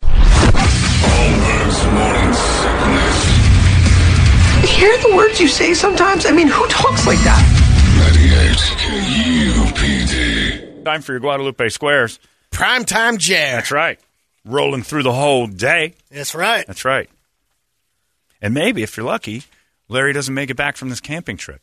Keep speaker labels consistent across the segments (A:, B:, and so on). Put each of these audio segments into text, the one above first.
A: hear the words you say sometimes? I mean, who talks like that?
B: 98 KUPD.
C: Time for your Guadalupe Squares.
D: Primetime jazz.
C: That's right. Rolling through the whole day.
D: That's right.
C: That's right. And maybe, if you're lucky, Larry doesn't make it back from this camping trip.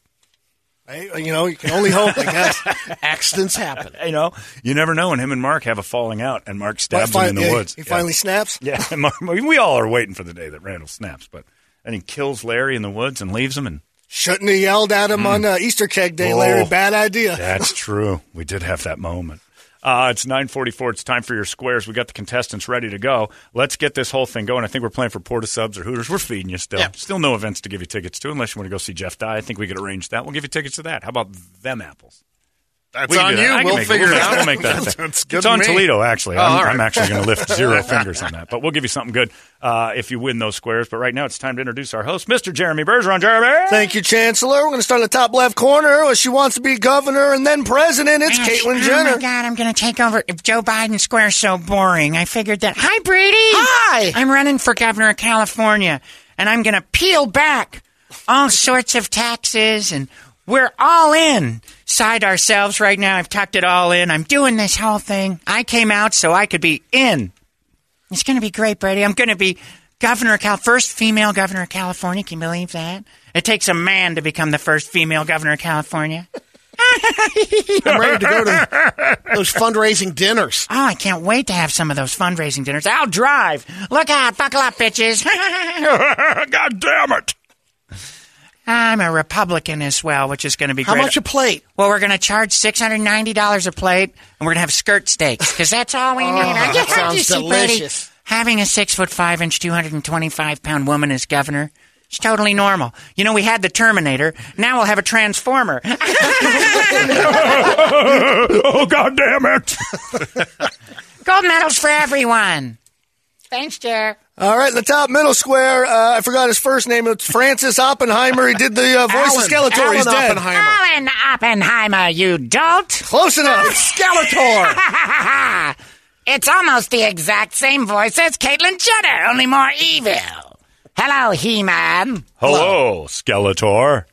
D: Hey, You know, you can only hope, I guess. Accidents happen.
C: You know, you never know when him and Mark have a falling out and Mark stabs
D: Fin-
C: him in
D: yeah,
C: the
D: he-
C: woods.
D: He
C: Yeah.
D: finally snaps.
C: Yeah, Mark- we all are waiting for the day that Randall snaps, but and he kills Larry in the woods and leaves him. And
D: Shouldn't have yelled at him on uh, Easter keg day,
C: Oh.
D: Larry. Bad idea.
C: that's true. We did have that moment. Uh, it's nine forty-four. It's time for your squares. We got the contestants ready to go. Let's get this whole thing going. I think we're playing for Porta Subs or Hooters. We're feeding you still.
D: Yeah.
C: Still no events to give you tickets to, unless you want to go see Jeff die. I think we could arrange that. We'll give you tickets to that. How about them apples?
E: That's
C: We can
E: on
C: do
E: you.
C: that. I can
E: We'll
C: make
E: figure
C: we'll
E: it
C: make-
E: out.
C: We'll make that.
E: That's-
C: thing.
E: that's good
C: it's
E: to
C: on
E: me.
C: Toledo, actually.
E: Oh,
C: I'm,
E: all right.
C: I'm actually going to lift zero fingers on that, but we'll give you something good uh, if you win those squares. But right now, it's time to introduce our host, Mr. Jeremy Bergeron. Jeremy,
D: Thank you, Chancellor. We're going to start in the top left corner. Well, She wants to be governor and then president. It's Caitlyn
F: Oh
D: Jenner.
F: my God, I'm going to take over. If Joe Biden Square's so boring, I figured that. Hi, Brady. Hi. I'm running for governor of California, and I'm going to peel back all sorts of taxes, and we're all in. Side ourselves right now. I've tucked it all in. I'm doing this whole thing. I came out so I could be in. It's going to be great, Brady. I'm going to be governor of Cal, first female governor of California. Can you believe that? It takes a man to become the first female governor of California.
G: I'm ready to go to those fundraising dinners.
F: Oh, I can't wait to have some of those fundraising dinners. I'll drive. Look out, buckle up, bitches.
C: God damn it!
F: I'm a Republican as well, which is going to be
G: How
F: great.
G: much a plate?
F: well, we're going to charge six hundred ninety dollars a plate, and we're going to have skirt steaks because that's all we need. I just
G: Oh, sounds
F: you see, Brady,
G: delicious.
F: having a six foot five inch, two hundred and twenty five pound woman as governor. It's totally normal. You know, we had the Terminator. Now we'll have a Transformer.
C: oh, God damn it!
F: Gold medals for everyone. Thanks, Jer.
D: All right, in the top middle square, uh, I forgot his first name. It's Francis Oppenheimer. He did the uh, voice
G: Alan-
D: of Skeletor.
G: Alan
D: He's dead.
G: Oppenheimer.
F: Alan Oppenheimer, you dolt.
D: Close enough.
G: Skeletor.
F: Ah, It's almost the exact same voice as Caitlyn Jenner, only more evil. Hello, He-Man.
C: Hello, Skeletor.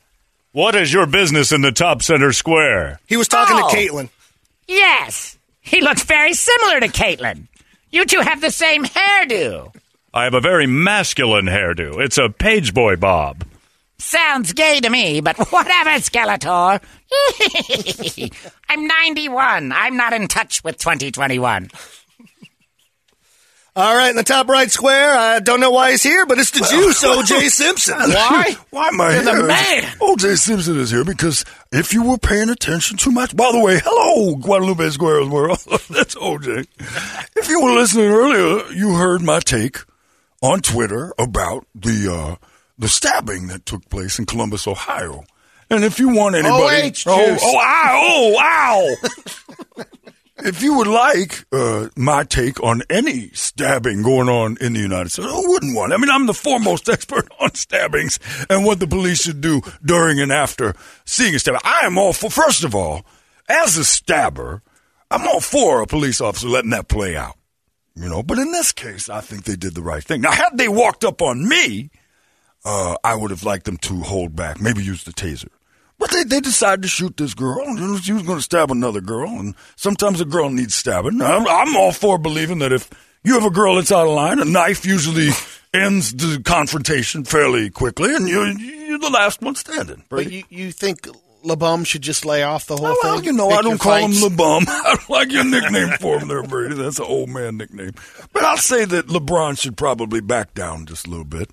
C: What is your business in the top center square?
D: He was talking
F: Oh.
D: to Caitlyn.
F: Yes, he looks very similar to Caitlyn. You two have the same hairdo.
C: I have a very masculine hairdo. It's a page boy bob.
F: Sounds gay to me, but whatever, Skeletor. I'm 91. I'm not in touch with 2021.
D: All right, in the top right square, I don't know why he's here, but it's the Juice, O.J. Simpson.
G: Why?
B: Why am I
G: You're the
B: here?
G: man.
B: OJ Simpson is here because if you were paying attention too much, by the way, hello, Guadalupe Squares World. That's OJ. If you were listening earlier, you heard my take on Twitter about the uh, the stabbing that took place in Columbus, Ohio. And if you want
G: OH
B: anybody, oh,
G: juice.
B: oh, ow, oh, wow. if you would like uh, my take on any stabbing going on in the United States, who wouldn't want? I mean, I'm the foremost expert on stabbings and what the police should do during and after seeing a stabbing. I am all for, first of all, as a stabber, I'm all for a police officer letting that play out. You know, but in this case, I think they did the right thing. Now, had they walked up on me, uh, I would have liked them to hold back, maybe use the taser. But they, they decided to shoot this girl. and She was going to stab another girl, and sometimes a girl needs stabbing. I'm, I'm all for believing that if you have a girl that's out of line, a knife usually ends the confrontation fairly quickly, and you, you're the last one standing.
G: But you, you think LeBum should just lay off the whole
B: Oh, well,
G: thing?
B: you know,
G: Pick
B: I don't
G: your
B: call
G: fights?
B: him LeBum. I don't like your nickname for him there, Brady. That's an old man nickname. But I'll say that LeBron should probably back down just a little bit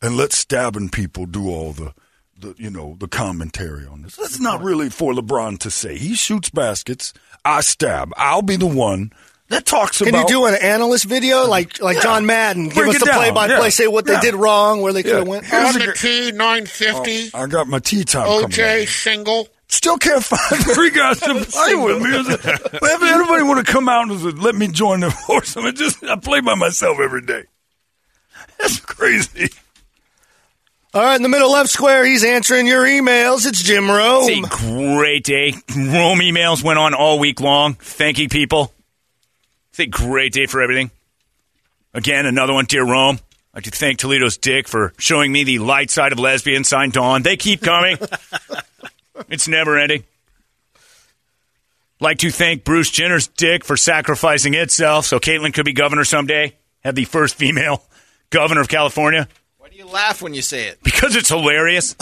B: and let stabbing people do all the, the you know, the commentary on this. That's not really for LeBron to say. He shoots baskets. I stab. I'll be the one that talks
D: Can
B: about.
D: you do an analyst video like like John Madden? Give
B: Break
D: us
B: it
D: the
B: down.
D: play by
B: Yeah.
D: play, say what
B: Yeah.
D: they did wrong, where they could
B: Yeah.
D: have went.
B: Here's
E: On
B: a
E: the
B: good-
E: tee, 950.
B: I got my tea time. Oh, coming up.
E: OJ single.
B: Still can't find three guys to play with me. Is it- But if anybody want to come out and just let me join the force, I mean, just I play by myself every day. That's crazy.
D: All right, in the middle left square, he's answering your emails. It's Jim Rome.
C: It's a great day. Rome emails went on all week long, thanking people. It's a great day for everything. Again, another one, dear Rome. I'd like to thank Toledo's dick for showing me the light side of lesbian, signed Dawn. They keep coming. it's never ending. Like to thank Bruce Jenner's dick for sacrificing itself so Caitlyn could be governor someday. Have the first female governor of California
G: Why do you laugh when you say it?
C: because it's hilarious.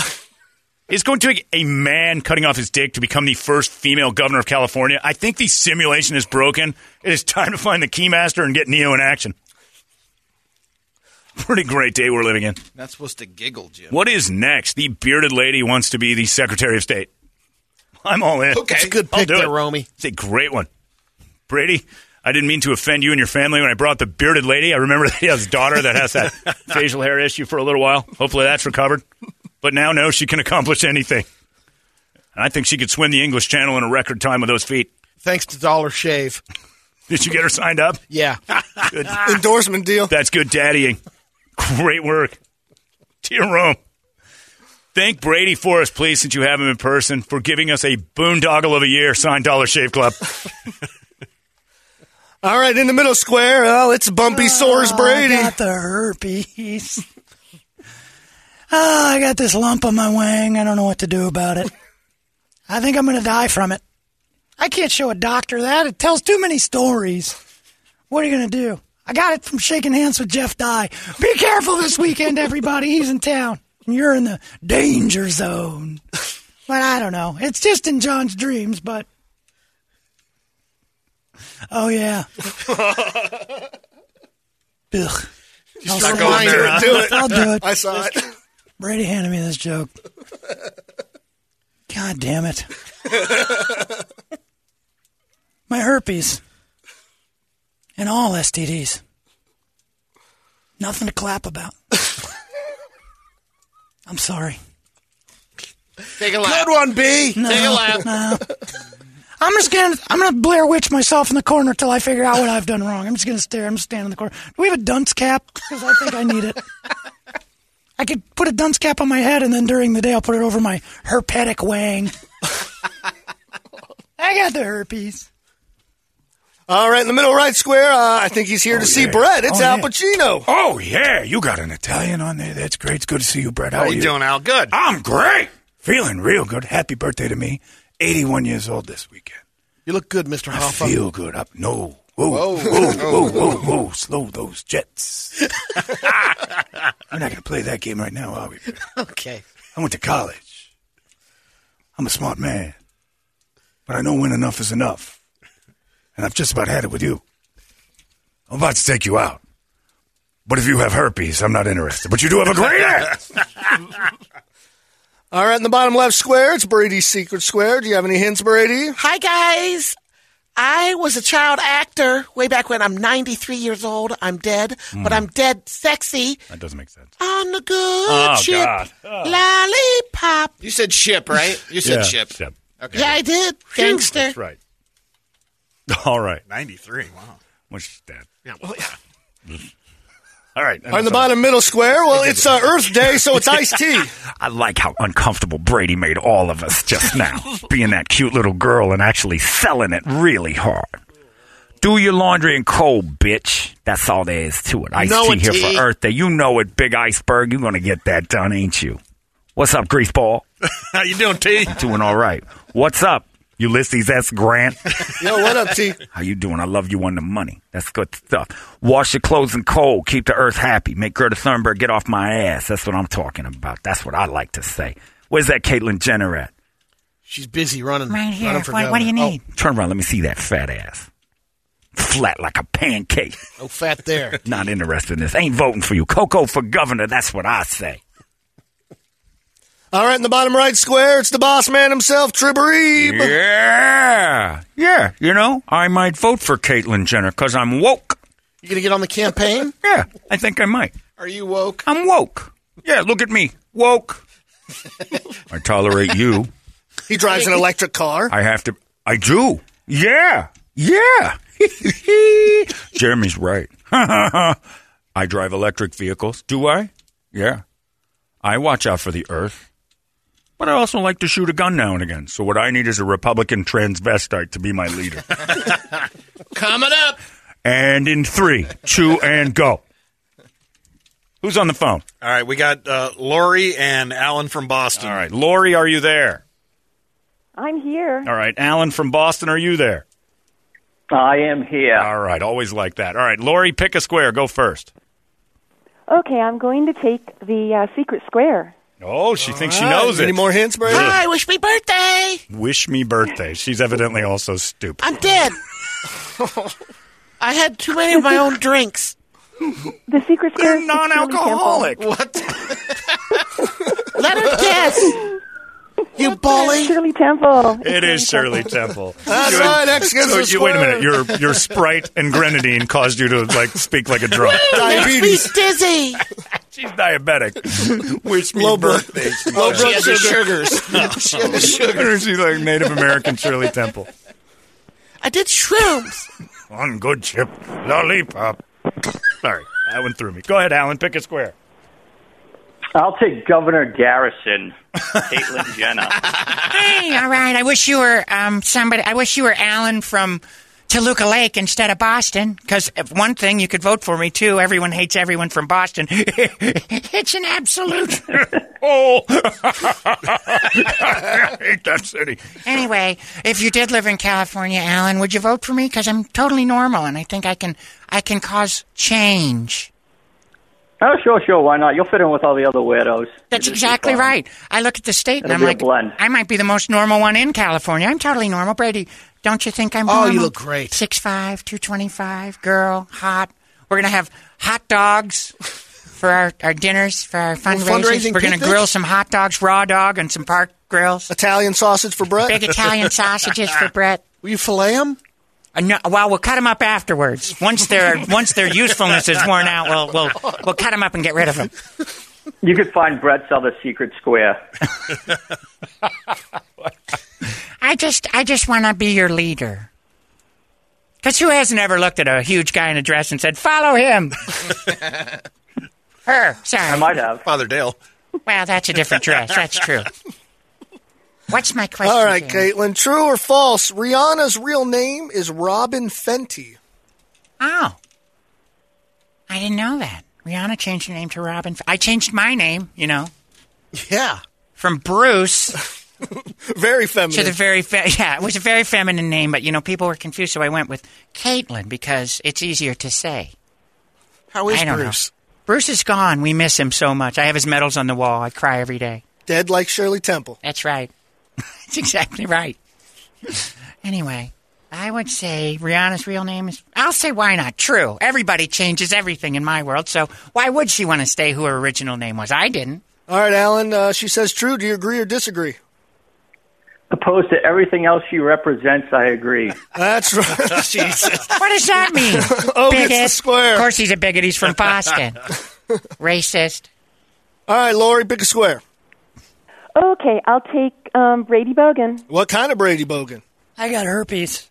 C: It's going to take a man cutting off his dick to become the first female governor of California. I think the simulation is broken. It is time to find the keymaster and get Neo in action. Pretty great day we're living in.
G: Not supposed to giggle, Jim.
C: What is next? The bearded lady wants to be the Secretary of State. I'm all in.
G: Okay. That's a
H: good
C: I'll
H: pick
C: do
H: there,
C: it.
H: Romy.
C: It's a great one. Brady, I didn't mean to offend you and your family when I brought the bearded lady. I remember that he has a daughter that has that facial hair issue for a little while. Hopefully that's recovered. But now knows she can accomplish anything. And I think she could swim the English Channel in a record time with those feet.
H: Thanks to Dollar Shave.
C: Did you get her signed up?
H: Yeah.
C: Good.
D: Endorsement deal.
C: That's good daddying. Great work. Dear Rome, thank Brady for us, please, since you have him in person, for giving us a boondoggle of a year signed Dollar Shave Club.
D: All right, in the middle square. Oh, it's bumpy sores Brady.
I: the herpes. oh, I got this lump on my wing. I don't know what to do about it. I think I'm going to die from it. I can't show a doctor that. It tells too many stories. What are you going to do? I got it from shaking hands with Jeff Dye. Be careful this weekend, everybody. He's in town. And you're in the danger zone. But I don't know. It's just in John's dreams, but. Oh, yeah. Ugh. I'll
D: Not
I: survive
D: going there,
I: it.
D: huh? Do it.
I: I'll do it.
D: I saw it.
I: Brady handed me this joke. God damn it. My herpes and all STDs. Nothing to clap about. I'm sorry.
H: Take a lap.
D: Good one, B.
I: No,
H: Take a lap.
I: no. I'm just gonna I'm gonna Blair Witch myself in the corner till I figure out what I've done wrong. I'm just gonna stare. I'm just standing in the corner. Do we have a dunce cap? Because I think I need it. I could put a dunce cap on my head, and then during the day I'll put it over my herpetic wang. I got the herpes.
D: All right, in the middle right square. Uh, I think he's here to see Brett. It's
I: Oh,
D: Al
I: yeah.
D: Pacino.
J: Oh yeah, you got an Italian on there. That's great. It's good to see you, Brett. How,
E: How
J: are
E: you doing, Al? Good.
J: I'm great. Feeling real good. Happy birthday to me. 81 years old this weekend.
H: You look good, Mr.
J: I
H: Hoffa.
J: feel good. Up. No. Whoa. Whoa. Whoa. Whoa. Whoa. Whoa. Slow those jets. We're not going to play that game right now, are we? Brett?
H: Okay.
J: I went to college. I'm a smart man. But I know when enough is enough. And I've just about had it with you. I'm about to take you out. But if you have herpes, I'm not interested. But you do have a great ass.
D: All right, in the bottom left square. It's Brady's secret square. Do you have any hints, Brady?
K: Hi, guys. I was a child actor way back when. I'm 93 years old. I'm dead, but I'm dead sexy
C: That doesn't make sense.
K: on the good
C: Oh,
K: ship
C: God.
K: lollipop.
G: You said ship, right? You said ship. Okay.
K: Yeah, I did. Gangster.
C: That's right. All right.
E: 93. Wow.
C: What's your stat?
E: Yeah. Well, yeah.
C: All right.
D: All right, in the bottom middle square. Well, it's uh, Earth Day, so it's iced tea.
C: I like how uncomfortable Brady made all of us just now, being that cute little girl and actually selling it really hard. Do your laundry in cold, bitch. That's all there is to it. Ice
H: Know
C: tea
H: it,
C: here
H: T.
C: for Earth Day. You know it, big iceberg. You're going to get that done, ain't you? What's up, Greaseball?
E: How you doing, T?
C: Doing all right. What's up, Ulysses S. Grant?
D: Yo, what up, T?
C: How you doing? I love you on the money. That's good stuff. Wash your clothes in cold. Keep the earth happy. Make Greta Thunberg get off my ass. That's what I'm talking about. That's what I like to say. Where's that Caitlyn Jenner at?
H: She's busy running.
I: Right here.
H: Running for
I: What, what do
E: Oh.
I: you
G: Oh,
H: governor.
I: need?
C: Turn around. Let me see that fat ass. Flat like a pancake.
H: Oh, no fat there.
C: Not interested in this. Ain't voting for you. Coco for governor. That's what I say.
D: All right, in the bottom right square. It's the boss man himself, Tribbereeb.
C: Yeah. Yeah. You know, I might vote for Caitlyn Jenner because I'm woke.
H: You gonna get on the campaign?
C: Yeah. I think I might.
H: Are you woke?
C: I'm woke. Yeah, look at me. Woke. I tolerate you.
D: He drives an electric car.
C: I have to. I do. Yeah. Yeah. Jeremy's right. I drive electric vehicles. Do I? Yeah. I watch out for the earth. But I also like to shoot a gun now and again. So what I need is a Republican transvestite to be my leader.
H: Coming up.
C: and in three, two, and go. Who's on the phone?
E: All right, we got uh, Lori and Alan from Boston.
C: All right, Lori, are you there?
L: I'm here.
C: All right, Alan from Boston, are you there?
M: I am here.
C: All right, always like that. All right, Lori, pick a square. Go first.
L: Okay, I'm going to take the uh, secret square.
C: Oh, she thinks she knows it.
D: Any more hints, Brady?
K: Hi, wish me birthday.
C: Wish me birthday. She's evidently also stupid.
K: I'm dead. I had too many of my own drinks.
L: The secret square. is
C: Non alcoholic.
K: Let her guess. You bully.
L: Shirley Temple.
C: It is Shirley Temple.
D: That's right. X gets
C: So
D: the
C: you, wait a
D: square.
C: minute. Your your Sprite and grenadine caused you to like speak like a drunk.
D: Diabetes.
K: Makes me dizzy.
C: She's diabetic. Wish me
D: Low blood-
C: birthday.
D: Low blood sugar.
K: Oh.
J: She had the sugar.
C: She's like Native American Shirley Temple.
K: I did shrooms.
C: One good chip, lollipop. Sorry, that one threw me. Go ahead, Alan. Pick a square.
M: I'll take Governor Garrison, Caitlyn Jenner.
F: Hey, all right. I wish you were um somebody. I wish you were Alan from Toluca Lake instead of Boston. Because if one thing, you could vote for me too. Everyone hates everyone from Boston. it's an absolute.
C: Oh, I hate that city.
F: anyway, if you did live in California, Alan, would you vote for me? Because I'm totally normal, and I think I can I can cause change.
M: Oh, sure, sure. Why not? You'll fit in with all the other weirdos.
F: That's
M: You'll just be
F: exactly
M: fine.
F: right. I look at the state and
M: It'll
F: I'm
M: be a
F: like,
M: blend.
F: I might be the most normal one in California. I'm totally normal, Brady. Don't you think I'm?
G: Oh, you
F: normal?
G: look great.
F: Six five, two twenty five, girl, hot. We're gonna have hot dogs for our, our dinners for our fundraisers.
D: fundraising
F: We're gonna
D: picnic?
F: grill some hot dogs, raw dog, and some park grills.
D: Italian sausage for
F: Big
D: Brett.
F: Italian sausages for Brett.
D: Will you fillet him?
F: Uh, no, well, we'll cut them up afterwards. Once their once their usefulness is worn out, we'll we'll we'll cut them up and get rid of them.
M: You could find Brett's other secret square.
F: I just, I just want to be your leader. Because who hasn't ever looked at a huge guy in a dress and said, "Follow him"? Her, sorry.
M: I might have.
E: Father Dale.
F: well, that's a different dress. That's true. What's my question?
D: All right,
F: Jamie?
D: Caitlin. True or false? Rihanna's real name is Robin Fenty.
F: Oh, I didn't know that. Rihanna changed her name to Robin. F- I changed my name, you know,
D: Yeah.
F: from Bruce
D: Very
F: to the
D: feminine.
F: very fe- yeah. It was a very feminine name, but you know, people were confused, so I went with Caitlin because it's easier to say.
D: How is
F: I don't know.
D: Bruce?
F: Bruce is gone. We miss him so much. I have his medals on the wall. I cry every day.
D: Dead like Shirley Temple.
F: That's right. That's exactly right. anyway, I would say Rihanna's real name is. I'll say why not? True. Everybody changes everything in my world, so why would she want to stay who her original name was? I didn't.
D: All right, Alan. Uh, she says true. Do you agree or disagree?
M: Opposed to everything else she represents, I agree.
D: That's right. Jesus.
F: What does that mean?
D: Oh, gets the
F: bigot.
D: square.
F: Of course, he's a bigot. He's from Boston. Racist.
D: All right, Lori, pick a square.
L: Okay, I'll take um, Brady Bogan.
D: What kind of Brady Bogan?
I: I got herpes.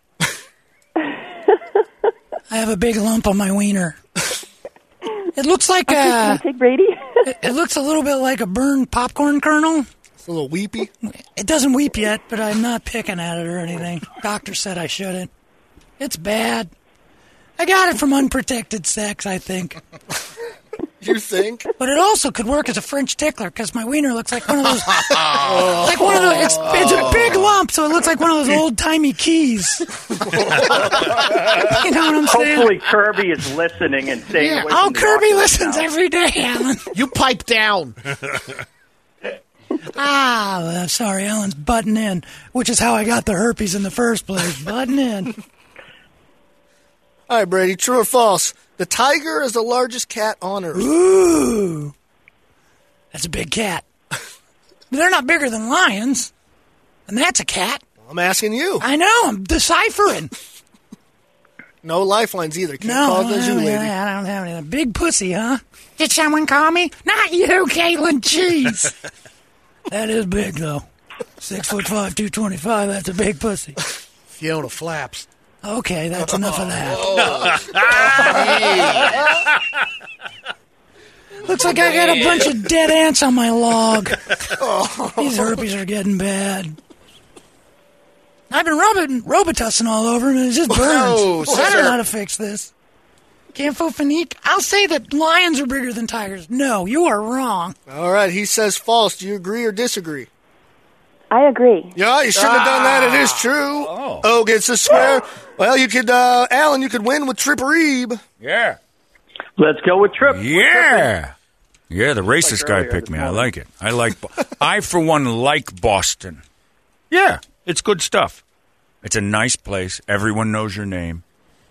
I: I have a big lump on my wiener. It looks like
L: I'll
I: a.
L: take Brady.
I: It looks a little bit like a burned popcorn kernel.
D: It's a little weepy.
I: It doesn't weep yet, but I'm not picking at it or anything. Doctor said I shouldn't. It's bad. I got it from unprotected sex, I think.
D: You think?
I: But it also could work as a French tickler because my wiener looks like one of those. like one of those. It's, it's a big lump, so it looks like one of those old timey keys. you know what I'm saying?
M: Hopefully, Kirby is listening and staying away
I: Oh,
M: from the
I: Kirby
M: doctor
I: listens
M: now.
I: every day, Alan.
G: You pipe down.
I: ah, well, sorry, Alan's button in, which is how I got the herpes in the first place. Button in.
D: All right, Brady. True or false? The tiger is the largest cat on earth.
I: Ooh, that's a big cat. But they're not bigger than lions, and that's a cat.
D: I'm asking you.
I: I know. I'm deciphering.
D: No lifelines either. Can't
I: No,
D: call
I: I
D: the
I: don't,
D: zoo
I: have any-
D: lady.
I: I don't have any. Big pussy, huh?
F: Did someone call me?
I: Not you, Caitlin. Jeez, that is big though. Six foot five, two twenty five. That's a big pussy.
G: Fiona flaps.
I: Okay, that's enough of that. Looks like I got a bunch of dead ants on my log.
G: Oh,
I: These herpes are getting bad. I've been rubbing Robitussin all over 'em, and it just burns.
G: Whoa,
I: I don't
G: sister.
I: know how to fix this. Campo Finique, I'll say that lions are bigger than tigers. No, you are wrong.
D: All right, he says false. Do you agree or disagree?
N: I agree.
D: Yeah, you shouldn't have done that. It
I: Ah.
D: is true. Oh, gets a swear. Well, you could, uh, Alan, you could win with Trip Reeb.
E: Yeah.
M: Let's go with Trip.
E: Yeah. Yeah, the racist guy
M: earlier
E: picked me. I like it. I like. Bo- I for one like Boston. Yeah, it's good stuff. It's a nice place. Everyone knows your name,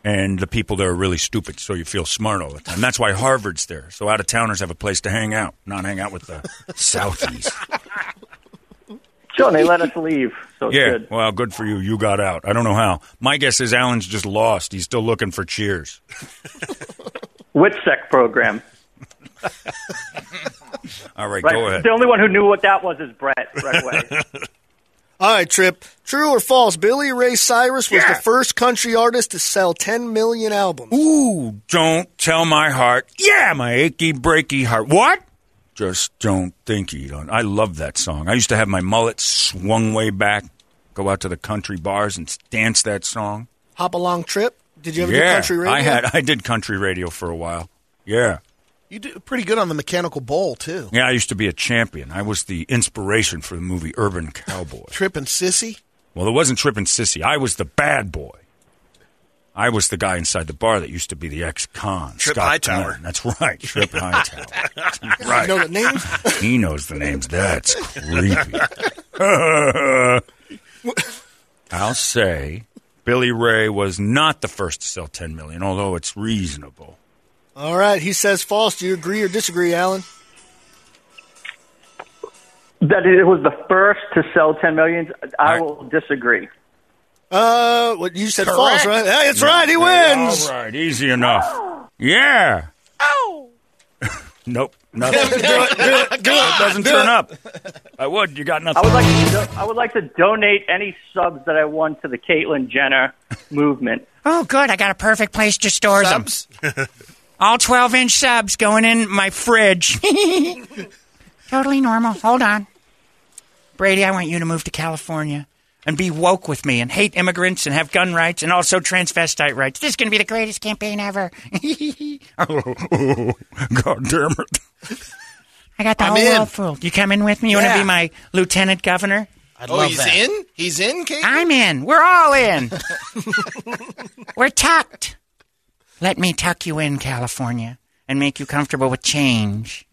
E: and the people there are really stupid, so you feel smart all the time. That's why Harvard's there. So out of towners have a place to hang out, not hang out with the Southies.
M: Sure, they let us leave. So it's
E: yeah,
M: good.
E: well, good for you. You got out. I don't know how. My guess is Alan's just lost. He's still looking for cheers.
M: WITSEC program.
E: All right,
M: Right,
E: go ahead.
M: The only one who knew what that was is Brett right away.
D: All right, Trip. True or false? Billy Ray Cyrus was
E: Yeah.
D: the first country artist to sell 10 million albums.
E: Ooh, don't tell my heart. Yeah, my achy, breaky heart. What? Just don't think you don't. I love that song. I used to have my mullet swung way back, go out to the country bars and dance that song.
D: Hop along, Trip. Did you ever do
E: yeah,
D: country radio?
E: I had. I did country radio for a while. Yeah,
G: You do pretty good on the mechanical bowl too.
E: yeah. I used to be a champion. I was the inspiration for the movie Urban Cowboy.
G: Trip and Sissy.
E: Well, it wasn't tripping sissy. I was the bad boy. I was the guy inside the bar that used to be the ex-con.
O: Trip
E: Scott
O: Hightower.
E: Glenn. That's right, Trip Hightower.
D: You know the name?
E: He knows the names. That's creepy. I'll say Billy Ray was not the first to sell 10 million, although it's reasonable.
D: All right, he says false. Do you agree or disagree, Alan?
M: that it was the first to sell 10 millions. I, will disagree.
D: Uh, what you said false,
M: Correct.
D: right? Hey, it's right. He wins.
E: All right, easy enough. Yeah. Oh. nope. Nothing.
D: Do it, do it, do it.
E: doesn't
D: Do
E: turn
D: it.
E: up. I would. You got
M: I
E: nothing.
M: would like to do- I would like to donate any subs that I won to the Caitlyn Jenner movement.
F: Oh, good. I got a perfect place to store
G: Subs?
F: them. All 12 inch subs going in my fridge. totally normal. Hold on. Brady, I want you to move to California and be woke with me and hate immigrants and have gun rights and also transvestite rights. This is going to be the greatest campaign ever.
E: God damn it.
F: I got the
G: I'm
F: whole
G: in.
F: world fooled. You coming with me? You want
G: Yeah.
F: to be my lieutenant governor?
G: i oh, he's in. He's in. Kate?
F: I'm in. We're all in. We're tucked. Let me tuck you in, California, and make you comfortable with change.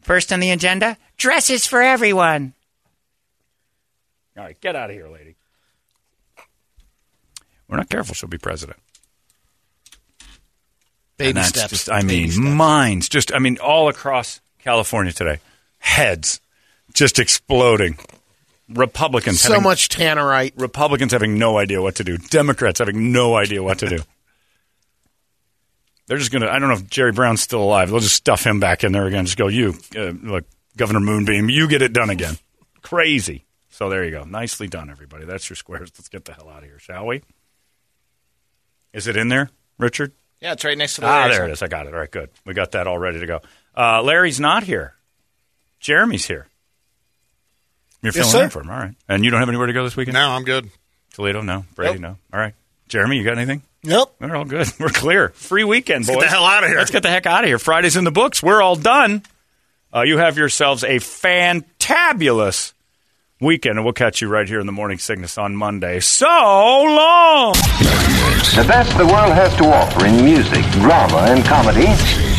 F: First on the agenda dresses for everyone.
E: All right, get out of here, lady. We're not careful, she'll be president.
G: Baby
E: And that's
G: steps.
E: just- I mean, minds. Just, I mean, all across California today, heads just exploding. Republicans,
G: so
E: having,
G: much tannerite.
E: Republicans having no idea what to do. Democrats having no idea what to do. They're just gonna. I don't know if Jerry Brown's still alive. They'll just stuff him back in there again. Just go, you, uh, look, Governor Moonbeam, you get it done again. Crazy. So there you go. Nicely done, everybody. That's your squares. Let's get the hell out of here, shall we? Is it in there, Richard?
G: Yeah, it's right next to the.
E: Ah, there it is. I got it. All right, good. We got that all ready to go. Uh, Larry's not here. Jeremy's here. You're
D: Yes,
E: filling
D: sir.
E: in for him. All right. And you don't have anywhere to go this weekend?
O: No, I'm good.
E: Toledo, no. Brady, no. All right. Jeremy, you got anything?
D: Nope.
E: We're all good. We're clear. Free weekend,
O: Let's get
E: boys.
O: the hell outta here.
E: Let's get the heck out of here. Friday's in the books. We're all done. Uh, you have yourselves a fantabulous weekend, and we'll catch you right here in the morning sickness on Monday. So long.
C: The best the world has to offer in music, drama, and comedy